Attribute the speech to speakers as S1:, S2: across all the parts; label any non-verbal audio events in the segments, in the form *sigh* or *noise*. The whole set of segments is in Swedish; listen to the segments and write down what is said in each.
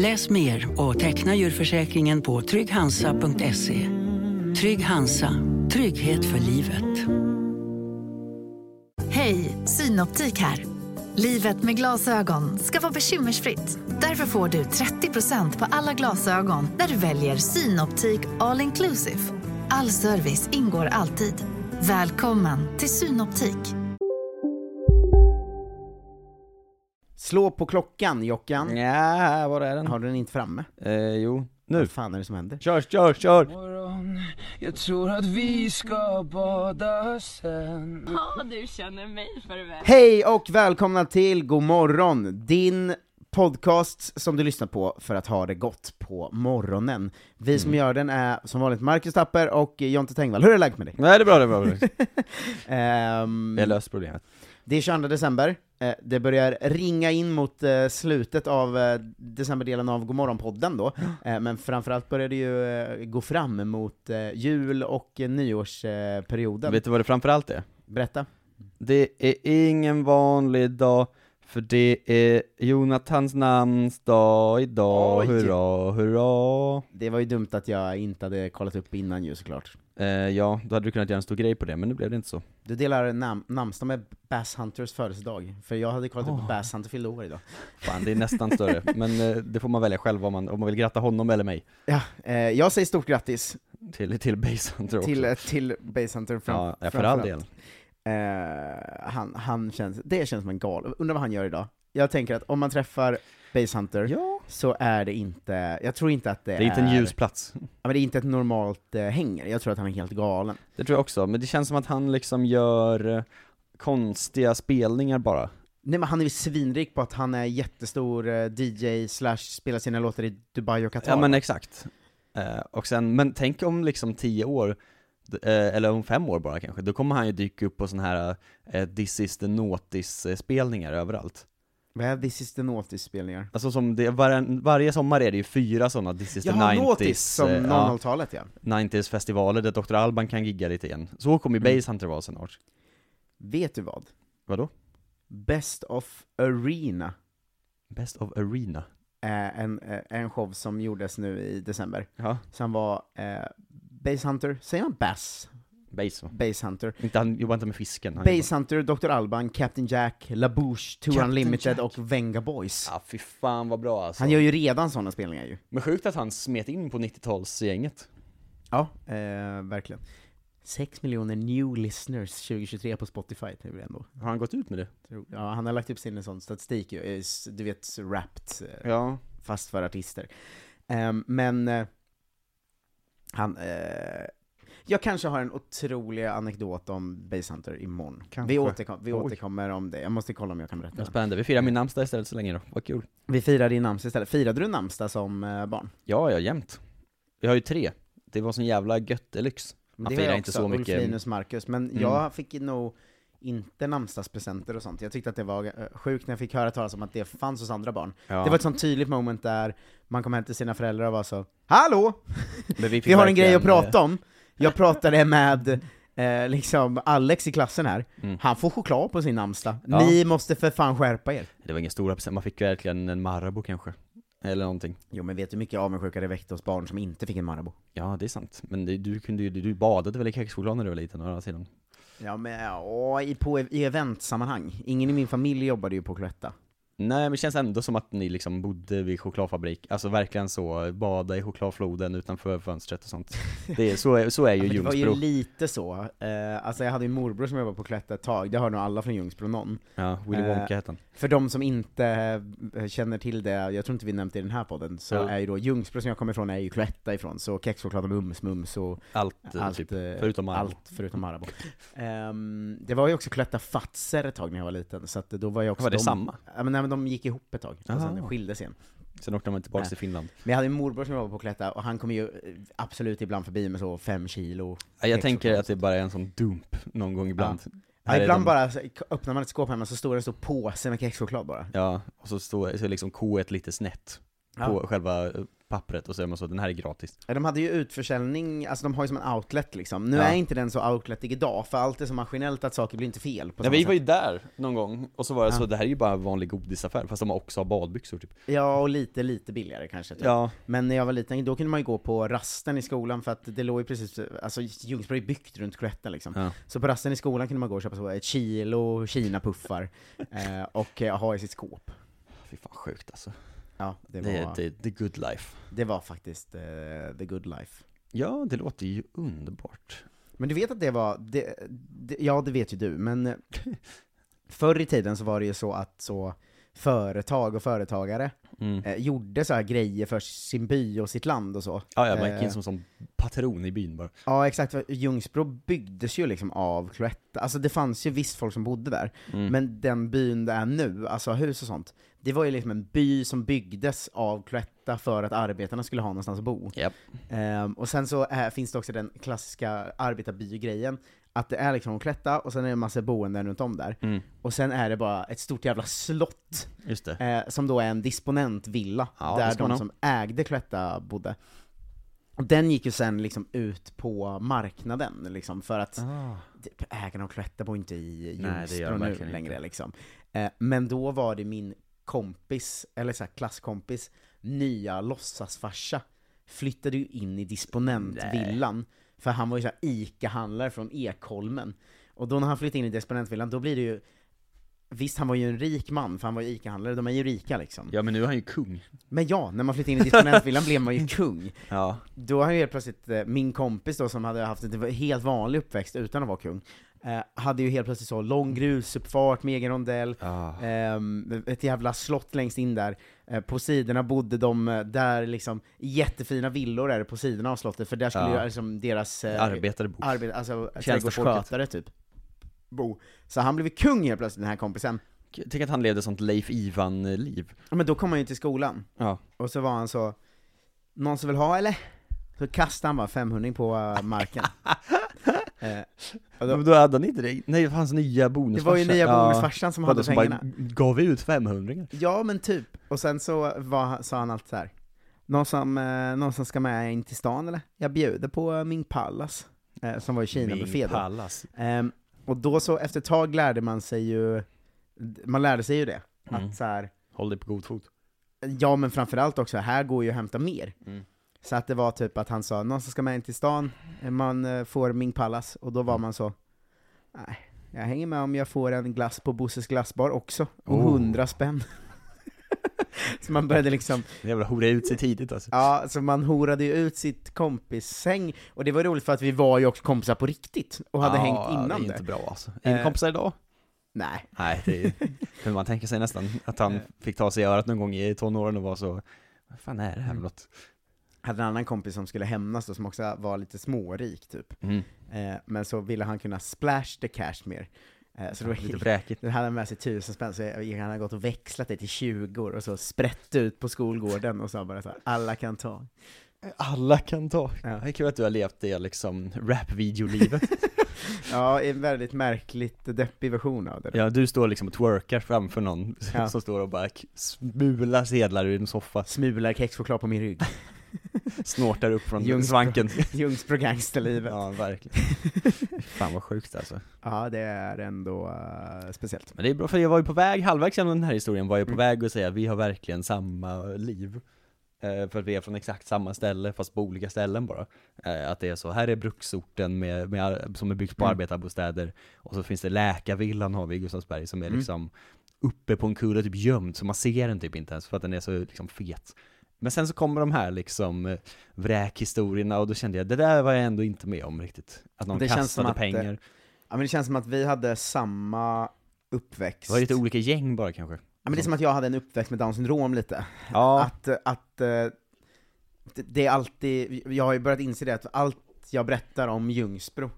S1: Läs mer och teckna djurförsäkringen på trygghansa.se. Trygg Hansa, trygghet för livet.
S2: Hej, Synoptik här. Livet med glasögon ska vara bekymmersfritt. Därför får du 30% på alla glasögon när du väljer Synoptik All Inclusive. All service ingår alltid. Välkommen till Synoptik.
S3: Slå på klockan Jockan.
S4: Mm. Nja, var är den?
S3: Har du den inte framme?
S4: Eh, jo. Nu.
S3: Vad fan är det som händer?
S4: Kör, kör, kör!
S5: Jag tror att vi ska bada sen
S6: Ja, du känner mig för väl.
S3: Hej och välkomna till God morgon, din podcast som du lyssnar på för att ha det gott på morgonen. Vi
S4: Mm.
S3: som gör den är som vanligt Marcus Tapper och Jonte Tengvall. Hur är läget med
S4: *laughs*
S3: dig?
S4: Nej, det är bra, det är bra. Det är bra.
S3: Ehm,
S4: Jag löser problemet.
S3: det är 22 december, Eh, det börjar ringa in mot eh, slutet av eh, decemberdelen av Godmorgon-podden då, Eh, men framförallt börjar det ju eh, gå fram mot eh, jul och eh, nyårsperioden.
S4: Vet du vad det framförallt är?
S3: Berätta.
S4: Det är ingen vanlig dag, för det är Jonathans namnsdag idag,
S3: Oj.
S4: hurra, hurra!
S3: Det var ju dumt att jag inte hade kollat upp innan ju såklart.
S4: Eh, ja, då hade du kunnat göra en stor grej på det, men nu blev det inte så.
S3: Du delar nam- namnsdag med Bass Hunters födelsedag, för jag hade kollat upp att Bass Hunter fyllde år idag.
S4: Fan, det är nästan större, men eh, det får man välja själv om man, om man vill gratta honom eller mig
S3: Ja, eh, jag säger stort grattis
S4: till, till Basehunter också.
S3: till, eh, till Bass Hunter fram,
S4: ja, ja, för all
S3: framförallt.
S4: del.
S3: Eh, han, han känns, det känns som en gal. Undrar vad han gör idag? Jag tänker att om man träffar Bass Hunter
S4: Ja.
S3: så är det inte, jag tror inte att det,
S4: Det är inte en ljus plats.
S3: Ja, men det är inte ett normalt eh, hänger, jag tror att han är helt galen.
S4: Det tror jag också, men det känns som att han liksom gör eh, konstiga spelningar bara.
S3: Nej men han är ju svinrik på att han är jättestor eh, DJ slash spelar sina låtar i Dubai och Qatar.
S4: Ja men exakt. Eh, och sen, men tänk om liksom tio år, d- eh, eller om fem år bara kanske, då kommer han ju dyka upp på sådana här eh, This is the Notis-spelningar överallt.
S3: Vad är This is the Naughty-spelningar?
S4: Alltså som det, var, varje sommar är det ju fyra sådana This is the
S3: Jaha,
S4: 90s,
S3: Nautis som
S4: eh, ja,
S3: 00-talet ja.
S4: 90s-festivaler där Dr. Alban kan gigga lite igen. Så kommer ju Basehunter vara snart.
S3: Vet du vad?
S4: Vadå?
S3: Best of Arena
S4: Best of Arena.
S3: är en, eh, en show som gjordes nu i december,
S4: Ja,
S3: som var eh, Bass Hunter, säger man Bass?
S4: Base va?
S3: Bass Hunter.
S4: Inte, han jobbar inte med fisken. Han jobbar-
S3: Bass Hunter, Dr. Alban, Captain Jack, LaBouche, Tour
S4: Captain
S3: Unlimited
S4: Jack.
S3: och Venga Boys.
S4: Ja, fy fan vad bra alltså.
S3: Han gör ju redan sådana spelningar ju.
S4: Men sjukt att han smet in på 90-talsgänget.
S3: Ja, eh, verkligen. 6 miljoner new listeners 2023 på Spotify, det är väl ändå.
S4: Har han gått ut med det?
S3: Ja, han har lagt upp sin sån statistik ju, eh, s- du vet, Wrapped, eh,
S4: Ja.
S3: fast för artister. Ehm, men eh, han... Eh, jag kanske har en otrolig anekdot om Basehunter imorgon.
S4: Kanske.
S3: Vi, återkom, vi
S4: Oj.
S3: återkommer om det, jag måste kolla om jag kan berätta.
S4: Vad
S3: den.
S4: spännande, vi firar min namnsdag istället så länge då, vad kul.
S3: Vi firar din namnsdag istället. Firade du namnsdag som eh, barn?
S4: Ja, ja, jämt. Vi har ju tre. Det var sån jävla göttelyx.
S3: Men
S4: Man
S3: det har
S4: firar
S3: jag
S4: inte
S3: också,
S4: så mycket. Mm.
S3: Ulf Linus Marcus, men jag fick ju nog inte namnsdagspresenter och sånt. Jag tyckte att det var eh, sjukt när jag fick höra talas om att det fanns hos andra barn.
S4: Ja.
S3: Det var ett sånt tydligt moment där man kom hem till sina föräldrar och var så Hallå!
S4: Men
S3: Vi har en grej att
S4: verkligen,
S3: prata om. Jag pratade med eh, liksom Alex i klassen här. Han får choklad på sin namnsdag.
S4: Mm. Ja.
S3: Ni måste för fan skärpa er.
S4: eh, Det var ingen stora present, man fick verkligen en Marabou kanske. Eller någonting.
S3: Jo men vet du hur mycket avundsjuka det väckte hos barn som inte fick en Marabou?
S4: Ja, det är sant. Men det, du kunde ju, du badade väl i kexchoklad när du var liten å andra sidan?
S3: Ja men åh, i, på, e-, i eventsammanhang. Ingen i min familj jobbade ju på Cloetta.
S4: Nej, men det känns ändå som att ni liksom bodde vid chokladfabrik. Alltså verkligen så, bada i chokladfloden utanför fönstret och sånt. Det är, så, är, så är ju
S3: Men det var ju
S4: Ljungsbro.
S3: lite så. Eh, alltså jag hade ju en morbror som jobbade på Cloetta ett tag, det har nog alla från Ljungsbro någon.
S4: Ja, Willy
S3: Eh,
S4: Wonka hette han.
S3: För de som inte eh, känner till det, jag tror inte vi nämnt det i den här podden, så
S4: Ja.
S3: är ju då Ljungsbro som jag kommer ifrån är ju Cloetta ifrån, så kexchoklad och mums-mums och
S4: Allt, eh,
S3: Allt,
S4: typ,
S3: eh,
S4: förutom Marabou.
S3: Allt förutom Marabou. Ehm, det var ju också Cloetta Fatser ett tag när jag var liten, så att då var jag också
S4: Var det
S3: de,
S4: samma?
S3: Ja, men, nej, men de gick ihop ett tag, och
S4: Aha.
S3: sen skildes igen.
S4: Sen åkte de tillbaka
S3: Nej.
S4: till Finland.
S3: Men jag hade en morbror som jobbade på Cloetta, och han kom ju eh, absolut ibland förbi med så fem kilo
S4: Nej, Jag
S3: kex och
S4: tänker
S3: sånt.
S4: att det bara är en sån dump någon gång ibland.
S3: Ja,
S4: Här är
S3: ibland
S4: de-
S3: bara så, k- öppnar man ett skåp hemma så står det en stor påse med kexchoklad bara.
S4: Ja, och så står så är liksom K ett lite snett på själva eh, pappret och så är man så, den här är gratis.
S3: Ja, De hade ju utförsäljning, alltså de har ju som en outlet liksom. Nu
S4: Ja.
S3: är inte den så outletig idag, för allt är så maskinellt att saker blir inte fel på
S4: Ja,
S3: samma
S4: vi var ju
S3: sätt.
S4: där någon gång, och så var det
S3: Ja.
S4: så, det här är ju bara en vanlig godisaffär, fast de har också har badbyxor typ.
S3: Ja, och lite, lite billigare kanske. Typ.
S4: Ja,
S3: Men när jag var liten, då kunde man ju gå på rasten i skolan för att det låg ju precis, alltså Ljungsbro är byggt runt Cloetta liksom.
S4: Ja.
S3: Så på rasten i skolan kunde man gå och köpa så ett kilo kinapuffar eh, och eh, ha i sitt skåp.
S4: fy fan sjukt alltså.
S3: Ja, det var,
S4: Det är typ-
S3: det,
S4: the, the good life.
S3: var faktiskt eh, the good life.
S4: Ja, det låter ju underbart.
S3: Men du vet att det var, det, det, ja det vet ju du, men *laughs* eh, förr i tiden så var det ju så att så företag och företagare
S4: Mm.
S3: eh, gjorde så här grejer för sin by och sitt land och så.
S4: Ja, ja, man gick
S3: Eh.
S4: in som, som patron i byn bara.
S3: Ja exakt, för Ljungsbro byggdes ju liksom av Cloetta, alltså det fanns ju visst folk som bodde där,
S4: Mm.
S3: men den byn det är nu, alltså hus och sånt, det var ju liksom en by som byggdes av Cloetta för att arbetarna skulle ha någonstans att bo.
S4: Japp.
S3: Ehm, och sen så eh, finns det också den klassiska arbetarbygrejen, att det är liksom Cloetta och sen är det en massa boenden runt om där,
S4: Mm.
S3: och sen är det bara ett stort jävla slott,
S4: Just det.
S3: eh, som då är en disponentvilla,
S4: Ja, det
S3: där
S4: ska man
S3: de
S4: ha.
S3: som ägde Cloetta bodde. Och den gick ju sen liksom ut på marknaden liksom, för att
S4: Ah.
S3: typ, ägarna av Cloetta bor inte i
S4: Nej, det gör de
S3: Ljungsbro nu
S4: verkligen
S3: längre
S4: inte.
S3: liksom. Eh, men då var det min kompis, eller så här, klasskompis, nya låtsasfarsa flyttade ju in i disponentvillan, för han var ju så här ICA-handlare från Ekholmen. Och då när han flyttade in i disponentvillan, då blir det ju Visst, han var ju en rik man, för han var ju ICA-handlare, de är ju rika liksom.
S4: Ja, men nu är han ju kung.
S3: Men ja, när man flyttade in i disponentvillan blev man ju
S4: *laughs*
S3: kung.
S4: Ja.
S3: Då har ju helt plötsligt, eh, min kompis då som hade haft en typ helt vanlig uppväxt utan att vara kung, eh, hade ju helt plötsligt så lång grusuppfart med egen rondell,
S4: Ah,
S3: ehm, ett jävla slott längst in där. Eh, på sidorna bodde de eh, där liksom, jättefina villor är det på sidorna av slottet, för där skulle
S4: Ja.
S3: ju liksom deras eh,
S4: Arbetare bor.
S3: arbet, alltså
S4: Tjänstefolket.
S3: trädgårdsskötare typ, bo. Så han blev ju kung helt plötsligt den här kompisen.
S4: Tänk att han levde sånt Leif Ivan-liv.
S3: Ja, Men då kom han ju till skolan,
S4: Ja.
S3: och så var han så, någon som vill ha eller? Så kastade han bara 500 på eh,
S4: *laughs*
S3: marken. eh, och
S4: Men
S3: då,
S4: då hade han inte det. Nej, det fanns nya
S3: det
S4: bonusfarsa.
S3: var ju nya
S4: Ja.
S3: bonusfarsan som
S4: Vadå,
S3: hade
S4: som
S3: pengarna.
S4: bara gav ut 500
S3: Ja men typ, och sen så var, han- sa han alltid så här. Någon som, eh, någon som ska med in till stan eller? Jag bjuder på eh, Ming Pallas, eh, som var i Kina buffé då.
S4: Pallas.
S3: Ehm, och då så, efter ett tag lärde man sig ju, man lärde sig ju det.
S4: Mm.
S3: Att så här,
S4: Håll dig på god fot.
S3: Ja men framförallt också, här går ju att hämta mer.
S4: Mm.
S3: Så att det var typ att han sa, någon som ska med in till stan, man eh, får Ming Pallas, och då var
S4: Mm.
S3: man så, nej, jag hänger med om jag får en glass på Bosses glassbar också, och
S4: Oh.
S3: hundra spänn. *laughs* så man började liksom,
S4: Det jävla hora ut sig tidigt alltså.
S3: ja, så man horade ju ut sitt kompissäng, och det var roligt för att vi var ju också kompisar på riktigt, och hade
S4: Ja,
S3: hängt
S4: det är
S3: innan det.
S4: inte bra alltså. Är ni
S3: Eh.
S4: kompisar idag?
S3: Nej.
S4: Nej, det är,
S3: *laughs*
S4: kunde man tänka sig nästan. Att
S3: Eh.
S4: han fick ta sig i örat någon gång i tonåren och var så, vad fan är det
S3: Mm.
S4: här för något?
S3: Hade en annan kompis som skulle hämnas då, som också var lite smårik typ.
S4: Mm.
S3: Eh, men så ville han kunna splash the cash mer. Eh, så det var
S4: Lite
S3: helt
S4: vräkigt.
S3: Nu hade han med sig tusen spänn, så jag- han hade gått och växlat det till 20 och så sprätt ut på skolgården och sa bara så här, alla kan ta.
S4: Alla kan ta.
S3: Ja.
S4: Det är kul att du har levt det liksom rap-videolivet.
S3: Ja, en väldigt märkligt deppig version av det.
S4: *laughs* ja, du står liksom och twerkar framför någon
S3: Ja.
S4: som står och bara k- smular sedlar ur en soffa,
S3: Smular kexchoklad på min rygg. *laughs*
S4: snortar upp från
S3: Ljungsbro.
S4: *laughs* svanken.
S3: Ljungsbro gangsterlivet. Ja.
S4: Ja, *laughs* verkligen. Fan vad sjukt alltså.
S3: det är ändå eh, speciellt.
S4: Men det är bra för jag var ju på väg, halvvägs genom den här historien var jag på
S3: Mm.
S4: väg att säga att vi har verkligen samma liv. Eh, för att vi är från exakt samma ställe, fast på olika ställen bara. Eh, att det är så, här är bruksorten med, med, ar- som är byggt på
S3: Mm.
S4: arbetarbostäder, och så finns det läkarvillan har vi i Gustavsberg som är
S3: Mm.
S4: liksom uppe på en kulle, typ gömd, så man ser den typ inte ens för att den är så liksom fet. Men sen så kommer de här liksom eh, vräkhistorierna och då kände jag, det där var jag ändå inte med om riktigt. Att någon
S3: Det känns som
S4: kastade
S3: att, eh,
S4: pengar.
S3: Ja, men det känns som att vi hade samma uppväxt.
S4: Det var lite olika gäng bara kanske.
S3: ja, men det är som att jag hade en uppväxt med down syndrom lite.
S4: Ja.
S3: Att, eh, att eh, det- det är alltid, jag har ju börjat inse det, att allt jag berättar om Ljungsbro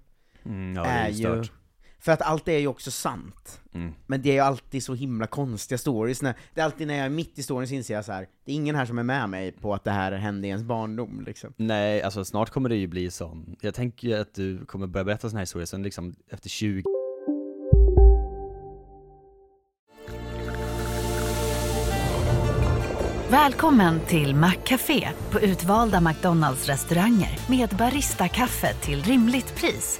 S4: Mm, ja, det
S3: är
S4: är ju
S3: ju
S4: stört.
S3: För att allt är ju också sant.
S4: Mm.
S3: Men det är ju alltid så himla konstiga stories. När, det är alltid när jag är mitt i storyn så inser jag så här. det är ingen här som är med mig på att det här hände i ens barndom liksom.
S4: Nej, alltså snart kommer det ju bli sån, jag tänker ju att du kommer börja berätta såna här historier sen liksom efter 20
S2: Välkommen till Maccafé på utvalda McDonalds restauranger med Baristakaffe till rimligt pris.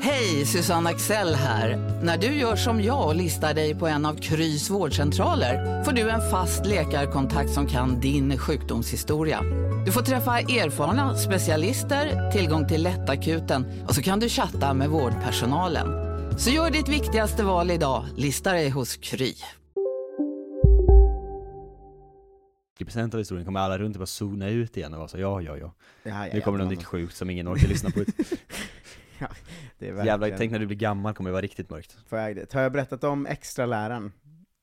S7: Hej, Susanne Axel här. När du gör som jag och listar dig på en av Krys vårdcentraler får du en fast läkarkontakt som kan din sjukdomshistoria. Du får träffa erfarna specialister, tillgång till lättakuten och så kan du chatta med vårdpersonalen. Så gör ditt viktigaste val idag, listar dig hos Kry.
S4: procent av historien kommer alla runt och bara zona ut igen och vara så ja, ja, ja.
S3: Ja, ja,
S4: Nu kommer det
S3: ja,
S4: något nytt sjukt som ingen
S3: *laughs*
S4: orkar lyssna på.
S3: Ja, det är
S4: Jävlar,
S3: verkligen
S4: tänk när du blir gammal kommer det vara riktigt mörkt.
S3: på väg dit. Har jag berättat om extra läraren?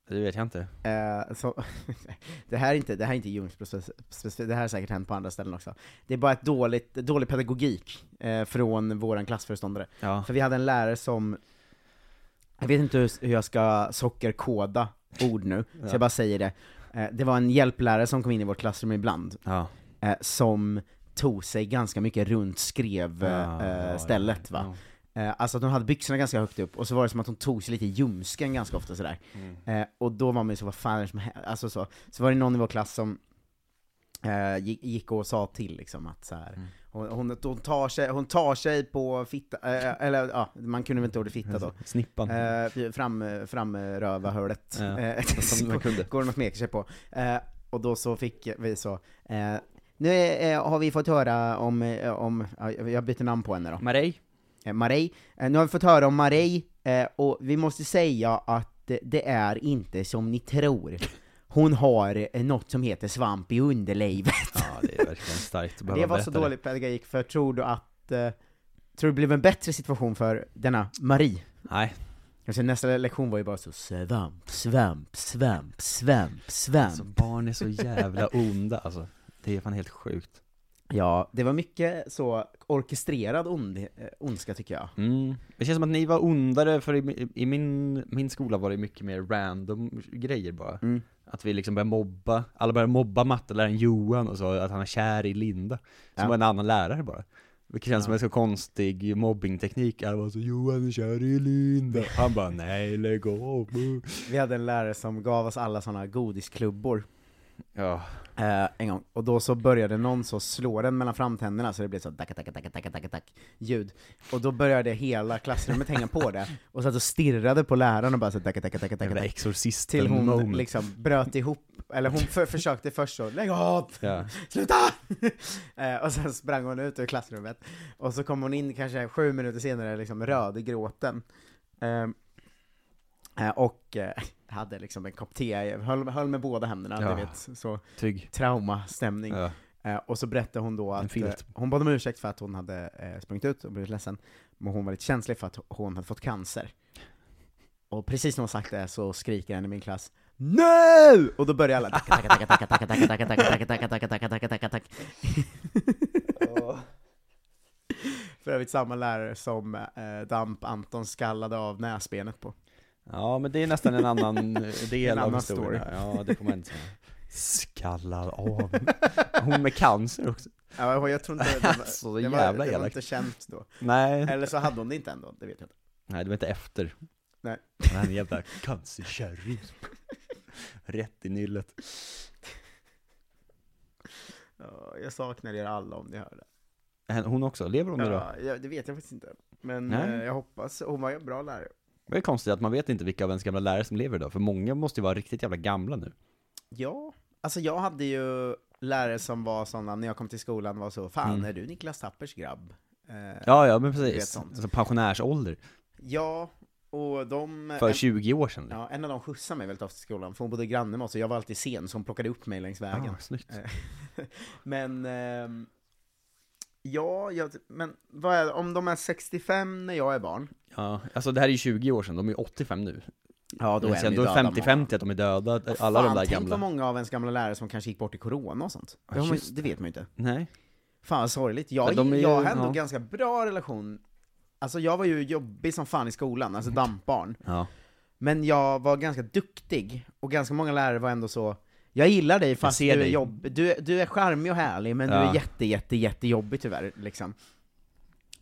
S4: Det vet jag inte.
S3: Eh, så, *laughs* det här är inte, det här är inte Ljungsbro spec- specifikt, det här har säkert hänt på andra ställen också. Det är bara ett dåligt, dålig pedagogik eh, från våran klassföreståndare.
S4: Ja.
S3: För vi hade en lärare som, jag vet inte hur, hur jag ska sockerkoda ord nu, så jag bara säger det. Eh, det var en hjälplärare som kom in i vårt klassrum ibland,
S4: Ja.
S3: eh, som tog sig ganska mycket runt skrev
S4: Ja,
S3: eh,
S4: ja,
S3: stället
S4: ja.
S3: va. Eh, Alltså att hon hade byxorna ganska högt upp, och så var det som att hon tog sig lite i ljumsken ganska ofta sådär.
S4: Mm.
S3: Eh, och då var man ju så, vad fan är det som händer? Alltså så. Så var det någon i vår klass som eh, gick, gick och sa till liksom att så
S4: Mm.
S3: här. Hon, hon, hon, tar sig, hon tar sig på fitta, eh, eller ja, man kunde väl inte ordet fitta då.
S4: Snippan.
S3: Eh, fram, framröva hörlet.
S4: Mm. Ja,
S3: Eh,
S4: *laughs* som man kunde.
S3: *laughs* Går det något smeker sig på. Eh, och då så fick vi så, eh, nu eh, har vi fått höra om, eh, om ja, jag byter namn på henne då.
S4: Marej?
S3: Eh, Marej. Eh, Nu har vi fått höra om Marej, eh, och vi måste säga att eh, det är inte som ni tror. Hon har eh, något som heter svamp i underlivet.
S4: Ja, det är verkligen starkt att behöva
S3: *laughs* Det var så
S4: berätta
S3: dålig pedagogik, för tror du att... eh, Tror du det blev en bättre situation för denna Marie?
S4: Nej.
S3: Alltså nästa lektion var ju bara så svamp, svamp, svamp, svamp, svamp.
S4: Alltså barn är så jävla onda alltså. Det är fan helt sjukt.
S3: Ja, det var mycket så orkestrerad ond, eh, ondska tycker jag.
S4: Mm. Det känns som att ni var ondare, för i, i min, min skola var det mycket mer random grejer bara.
S3: Mm.
S4: Att vi liksom började mobba, alla började mobba matteläraren Johan och sa att han är kär i Linda. Som
S3: Ja.
S4: var en annan lärare bara. Vilket känns som en så konstig mobbingteknik, alla var så 'Johan är kär i Linda' Han bara 'Nej, lägg av'
S3: Vi hade en lärare som gav oss alla sådana godisklubbor
S4: Ja,
S3: eh, en gång, och då så började någon så slå den mellan framtänderna så det blev så tack, tack, tack, tack, tack, tack, ljud. Och då började hela klassrummet hänga på det, och satt och stirrade på läraren och bara så tack, tack, tack, tack,
S4: jävla
S3: tack,
S4: exorcisten
S3: Till hon
S4: moment.
S3: liksom bröt ihop, eller hon för, försökte först så, lägg av!
S4: Ja.
S3: Sluta! *laughs* Eh, och sen sprang hon ut ur klassrummet, och så kom hon in kanske sju minuter senare liksom röd i gråten. Ehm, eh, och eh, hade liksom en kopp te, i- höll, höll med båda händerna,
S4: Ja.
S3: du vet, så *laughs*
S4: Trygg.
S3: traumastämning.
S4: Ja.
S3: Eh, och så berättade hon då
S4: En
S3: att eh,
S4: filt.
S3: hon bad om ursäkt för att hon hade eh, sprungit ut och blivit ledsen, men hon var lite känslig för att hon hade fått cancer. Och precis när hon sagt det så skriker en i min klass NU! Och då börjar alla
S4: *laughs*
S3: tacka, tacka, tacka, tacka, tacka, tacka, tacka, tacka, tacka, tacka, tacka, tacka, tacka, tacka. För övrigt samma lärare som eh, Damp Anton skallade av näsbenet på.
S4: Ja, men det är nästan
S3: *laughs*
S4: en annan eh, del
S3: En
S4: av
S3: annan
S4: historien. Ja, det får man inte säga. Skallar av. *laughs* Hon med cancer också.
S3: Ja, jag tror inte
S4: *laughs*
S3: det var,
S4: Så
S3: det
S4: jävla
S3: var, det var
S4: elakt.
S3: inte känt
S4: *laughs*
S3: då.
S4: Nej.
S3: Eller så hade hon det inte ändå, det vet jag inte.
S4: Nej, det var inte efter.
S3: Nej.
S4: Han är en jävla cancerkärring. Rätt i nyllet.
S3: Ja, Jag saknar er alla om ni hör det.
S4: Hen- Hon också, lever hon idag?
S3: Ja, jag, det vet jag faktiskt inte. Men
S4: Nej.
S3: eh, jag hoppas, hon var en bra lärare.
S4: Det är konstigt att man vet inte vilka av ens gamla lärare som lever idag, för många måste ju vara riktigt jävla gamla nu.
S3: Ja, alltså jag hade ju lärare som var sådana, när jag kom till skolan var så, fan
S4: Mm.
S3: är du Niklas Tappers grabb? Eh,
S4: Ja, ja, men
S3: vet
S4: precis.
S3: sånt.
S4: Alltså pensionärsålder.
S3: ja, Och de...
S4: För
S3: en-
S4: 20 år sedan?
S3: Ja, en av dem skjutsade mig väldigt ofta till skolan, för hon bodde granne med oss, så jag var alltid sen, så hon plockade upp mig längs vägen.
S4: ah, snyggt.
S3: *laughs* Men, ehm, ja, jag, men vad är, om de är 65 när jag är barn?
S4: Ja, alltså det här är ju 20 år sedan, de är ju 85 nu.
S3: Ja,
S4: Men sen då är 50-50 att de är döda, alla de där
S3: Tänk vad
S4: gamla.
S3: många av ens gamla lärare som kanske gick bort i corona och sånt.
S4: Ja,
S3: Det, har man,
S4: just
S3: det vet man ju inte.
S4: Nej.
S3: Fan vad sorgligt. Jag,
S4: Men de är ju-
S3: jag har ändå
S4: ja.
S3: ganska bra relation. Alltså jag var ju jobbig som fan i skolan, alltså dampbarn.
S4: Ja.
S3: Men jag var ganska duktig, och ganska många lärare var ändå så Jag gillar dig fast du
S4: ser
S3: är,
S4: dig."
S3: jobb... du, är- du är charmig och härlig, men du
S4: Ja.
S3: är jätte, jätte, jättejobbig tyvärr liksom.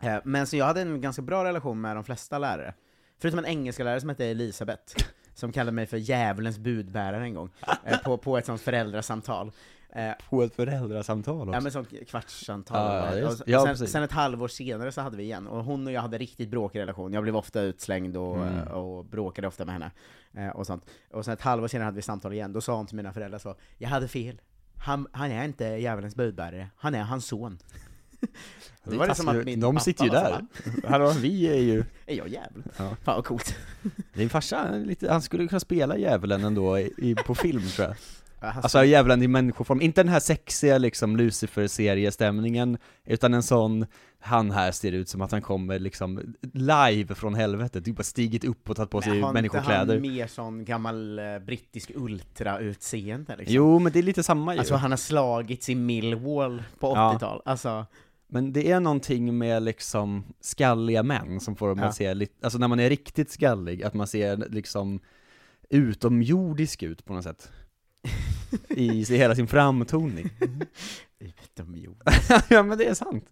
S3: Eh, Men så jag hade en ganska bra relation med de flesta lärare. Förutom en engelska lärare som hette Elisabeth, som kallade mig för djävulens budbärare en gång, eh, på, på ett sånt föräldrasamtal. Eh,
S4: På ett föräldrasamtal
S3: Ja
S4: också.
S3: men som kvartssamtal
S4: Ja,
S3: var det.
S4: just-
S3: Och
S4: ja,
S3: sen,
S4: precis.
S3: sen ett halvår senare så hade vi igen, och hon och jag hade riktigt bråkig relation, jag blev ofta utslängd och,
S4: Mm.
S3: eh, och bråkade ofta med henne. eh, Och sånt. Och sen ett halvår senare hade vi samtal igen, då sa hon till mina föräldrar så, jag hade fel. Han, han är inte djävulens budbärare, han är hans son.
S4: Det är
S3: Då var det som
S4: taskigt.
S3: att min
S4: De
S3: pappa
S4: sitter ju
S3: var så,
S4: där.
S3: "Va?
S4: *laughs* Hallå, vi är ju...
S3: Är jag djävulen?
S4: Ja.
S3: Fan vad coolt.
S4: Din farsa, han är lite, han skulle kunna spela djävulen ändå i, i, på film tror jag.
S3: Ja, han-
S4: Alltså djävulen i människoform, inte den här sexiga liksom Lucifer-seriestämningen, utan en sån, han här ser ut som att han kommer liksom live från helvetet, typ bara stigit upp och tagit på sig
S3: Men har inte
S4: människokläder.
S3: han mer sån gammal eh, brittisk ultra-utseende liksom?
S4: Jo, men det är lite samma ju.
S3: Alltså han har slagits i Millwall på
S4: Ja.
S3: 80-tal, alltså
S4: Men det är någonting med liksom skalliga män som får en
S3: Ja.
S4: att se lite, alltså när man är riktigt skallig, att man ser liksom utomjordisk ut på något sätt. I i hela sin framtoning.
S3: utomjord.
S4: *laughs* ja men det är sant.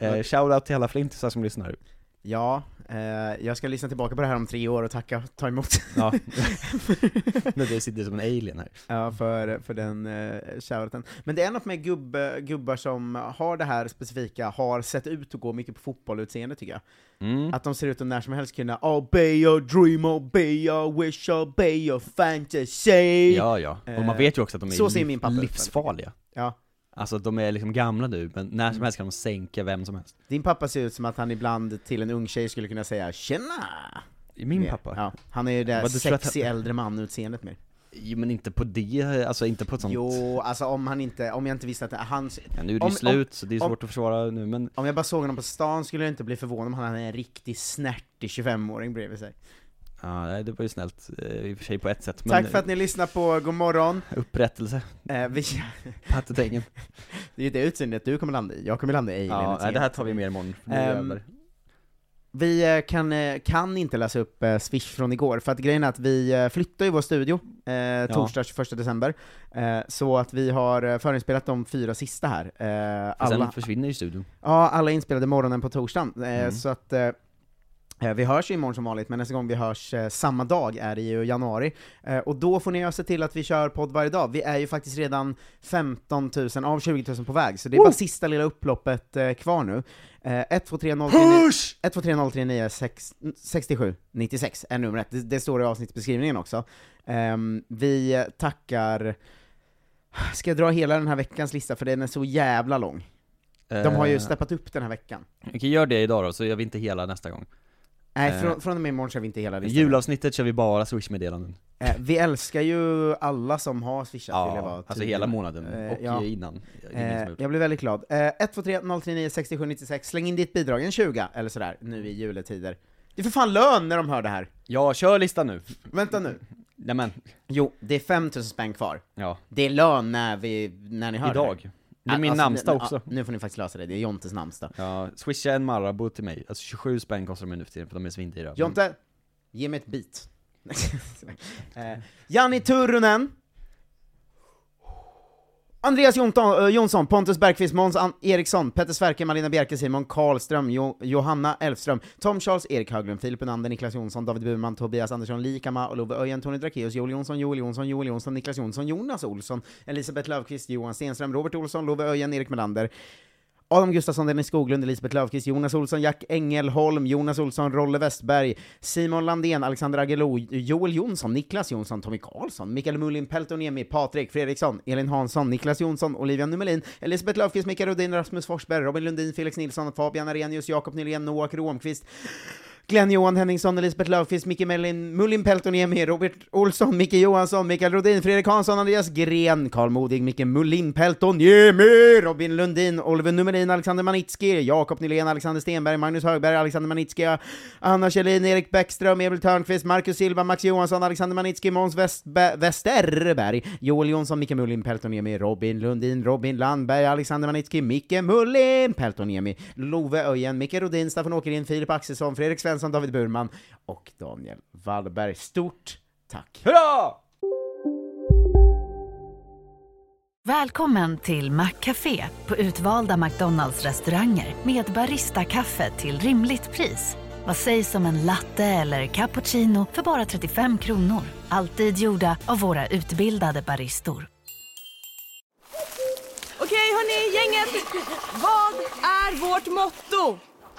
S4: Eh, Shoutout till alla flintisar som lyssnar.
S3: Ja, eh, jag ska lyssna tillbaka på det här om tre år och tacka, ta emot
S4: Ja. Men det sitter som en alien här.
S3: *laughs* ja, för, för den eh, shoutouten. Men det är något med gubb, gubbar som har det här specifika, har sett ut att gå mycket på fotbollutseende tycker jag.
S4: Mm.
S3: Att de ser ut att när som helst kunna obey your dream, obey your wish, obey your fantasy.
S4: Ja ja, och man vet ju också att de är
S3: så ser min pappa ut.
S4: livsfarliga.
S3: Ja.
S4: Alltså de är liksom gamla nu, men när som helst kan de sänka vem som helst.
S3: Din pappa ser ut som att han ibland till en ung tjej skulle kunna säga 'tjena'
S4: Min
S3: mer.
S4: pappa?
S3: Ja, han är ju det där
S4: Vad du tror att
S3: sexy
S4: han-
S3: äldre man-utseendet mer.
S4: Jo, men inte på det, alltså inte på ett sånt...
S3: Jo, alltså om han inte, om jag inte visste att han,
S4: Ja, nu är det
S3: Om- om-
S4: ju slut, så det är
S3: om-
S4: svårt att försvara nu, men
S3: Om jag bara såg honom på stan skulle jag inte bli förvånad om han hade en riktig snärtig 25-åring bredvid sig.
S4: ja, nej, det var ju snällt eh, i och för sig på ett sätt. Men
S3: Tack för att ni lyssnar på God morgon.
S4: eh, Upprättelse, *laughs*
S3: Eh, vi, *laughs*
S4: pattetängen.
S3: det är ju det utseendet du kommer landa i, jag kommer landa i
S4: ja,
S3: alienens
S4: nej, det här
S3: gen.
S4: tar vi med imorgon, för nu är det
S3: Ehm,
S4: över.
S3: Vi eh, kan, eh, kan inte läsa upp eh, Swish från igår, för att grejen är att vi eh, flyttar ju vår studio eh, torsdag 21 december, eh, så att vi har eh, förinspelat de fyra sista här. Eh,
S4: För
S3: alla,
S4: Sen försvinner ju studion.
S3: Ja, alla inspelade morgonen på torsdagen, eh,
S4: Mm.
S3: så att eh, eh, vi hörs ju imorgon som vanligt, men nästa gång vi hörs eh, samma dag är det ju januari. Eh, och då får ni ju se till att vi kör podd varje dag. Vi är ju faktiskt redan 15 000 av 20 000 på väg, så det är bara sista lilla upploppet eh, kvar nu. Eh, 1, 2, 3, 0, 3, 9, 1, 2, 3, 0, 3, 9, 6, 67, 96 är numret. Det, det står i avsnittsbeskrivningen också. Ehm, vi tackar... Ska jag dra hela den här veckans lista, för den är så jävla lång. De har ju
S4: Eh,
S3: steppat upp den här veckan.
S4: Okej, gör det idag då, så gör vi inte hela nästa gång.
S3: Nej,
S4: eh,
S3: från, från och med imorgon kör vi inte hela listan.
S4: Julavsnittet kör vi bara Swish-meddelanden.
S3: Eh, vi älskar ju alla som har swishat vill jag vara
S4: Ja, alltså
S3: tydlig
S4: hela
S3: med.
S4: månaden,
S3: Eh,
S4: och
S3: ja.
S4: innan. Det är ingen som
S3: Eh,
S4: har gjort det.
S3: jag blir väldigt glad. Eh, 123 039 67 96, släng in ditt bidrag, en 20 eller sådär, nu i juletider. Det är för fan lön när de hör det här!
S4: Ja, kör listan nu!
S3: Vänta nu.
S4: Nämen,
S3: Jo, det är 5000 spänn kvar.
S4: ja,
S3: Det är lön när, vi, när ni hör det
S4: idag. Det
S3: här.
S4: är min
S3: Alltså,
S4: namnsdag
S3: nu-
S4: också.
S3: Ja, nu får ni faktiskt lösa det, det är Jontes namnsdag.
S4: Ja, swisha en Marabou till mig, alltså 27 spänn kostar de nu för tiden för de är svindyra.
S3: Jonte, ge mig ett bit. *laughs* eh, Janni Turunen. Andreas Jonton, eh, Jonsson, Pontus Bergqvist, Måns An- Eriksson, Petter Sverker, Malina Bjerke, Simon Karlström, jo- Johanna Elfström, Tom Charles, Erik Höglund, Filip Unander, Niklas Jonsson, David Burman, Tobias Andersson, Likama, Olove Öjen, Tony Drakeus, Joel Jonsson, Joel Jonsson, Joel Jonsson, Niklas Jonsson, Jonas Olsson, Elisabeth Löfqvist, Johan Stenström, Robert Olsson, Love Öjen, Erik Melander, Adam Gustafsson, Dennis Skoglund, Elisabeth Löfqvist, Jonas Olsson, Jack Engelholm, Jonas Olsson, Rolle Westberg, Simon Landén, Alexander Agelo, Joel Jonsson, Niklas Jonsson, Tommy Karlsson, Mikael Mullin, Peltoniemi, Patrik Fredriksson, Elin Hansson, Niklas Jonsson, Olivia Numelin, Elisabeth Löfqvist, Mikael Rudin, Rasmus Forsberg, Robin Lundin, Felix Nilsson, Fabian Arrhenius, Jakob Nylén, Noah Kronqvist, Glenn Johan Henningsson, Elisabeth Löfqvist, Micke Mellin, Mullin Peltoniemi, Robert Olsson, Micke Johansson, Mikael Rodin, Fredrik Hansson, Andreas Gren, Karl Modig, Micke Mullin Peltoniemi, Robin Lundin, Oliver Numerin, Alexander Manitski, Jakob Nylén, Alexander Stenberg, Magnus Högberg, Alexander Manitski, Anna Kjellin, Erik Bäckström, Emil Törnqvist, Marcus Silva, Max Johansson, Alexander Manitski, Måns Westbe- Westerberg, Joel Jonsson, Micke Mullin Peltoniemi, Robin Lundin, Robin Landberg, Alexander Manitski, Micke Mullin Peltoniemi, Love Öjen, Micke Rodin, Staffan Åkerlind, Filip Axelsson, Fredrik Svensson, David Burman och Daniel Wallberg. Stort tack!
S4: Hurra!
S2: Välkommen till Maccafé på utvalda McDonalds restauranger med Baristakaffe till rimligt pris. Vad sägs om en latte eller cappuccino för bara 35 kronor? Alltid gjorda av våra utbildade baristor.
S6: Okej hörni, gänget! Vad är vårt motto?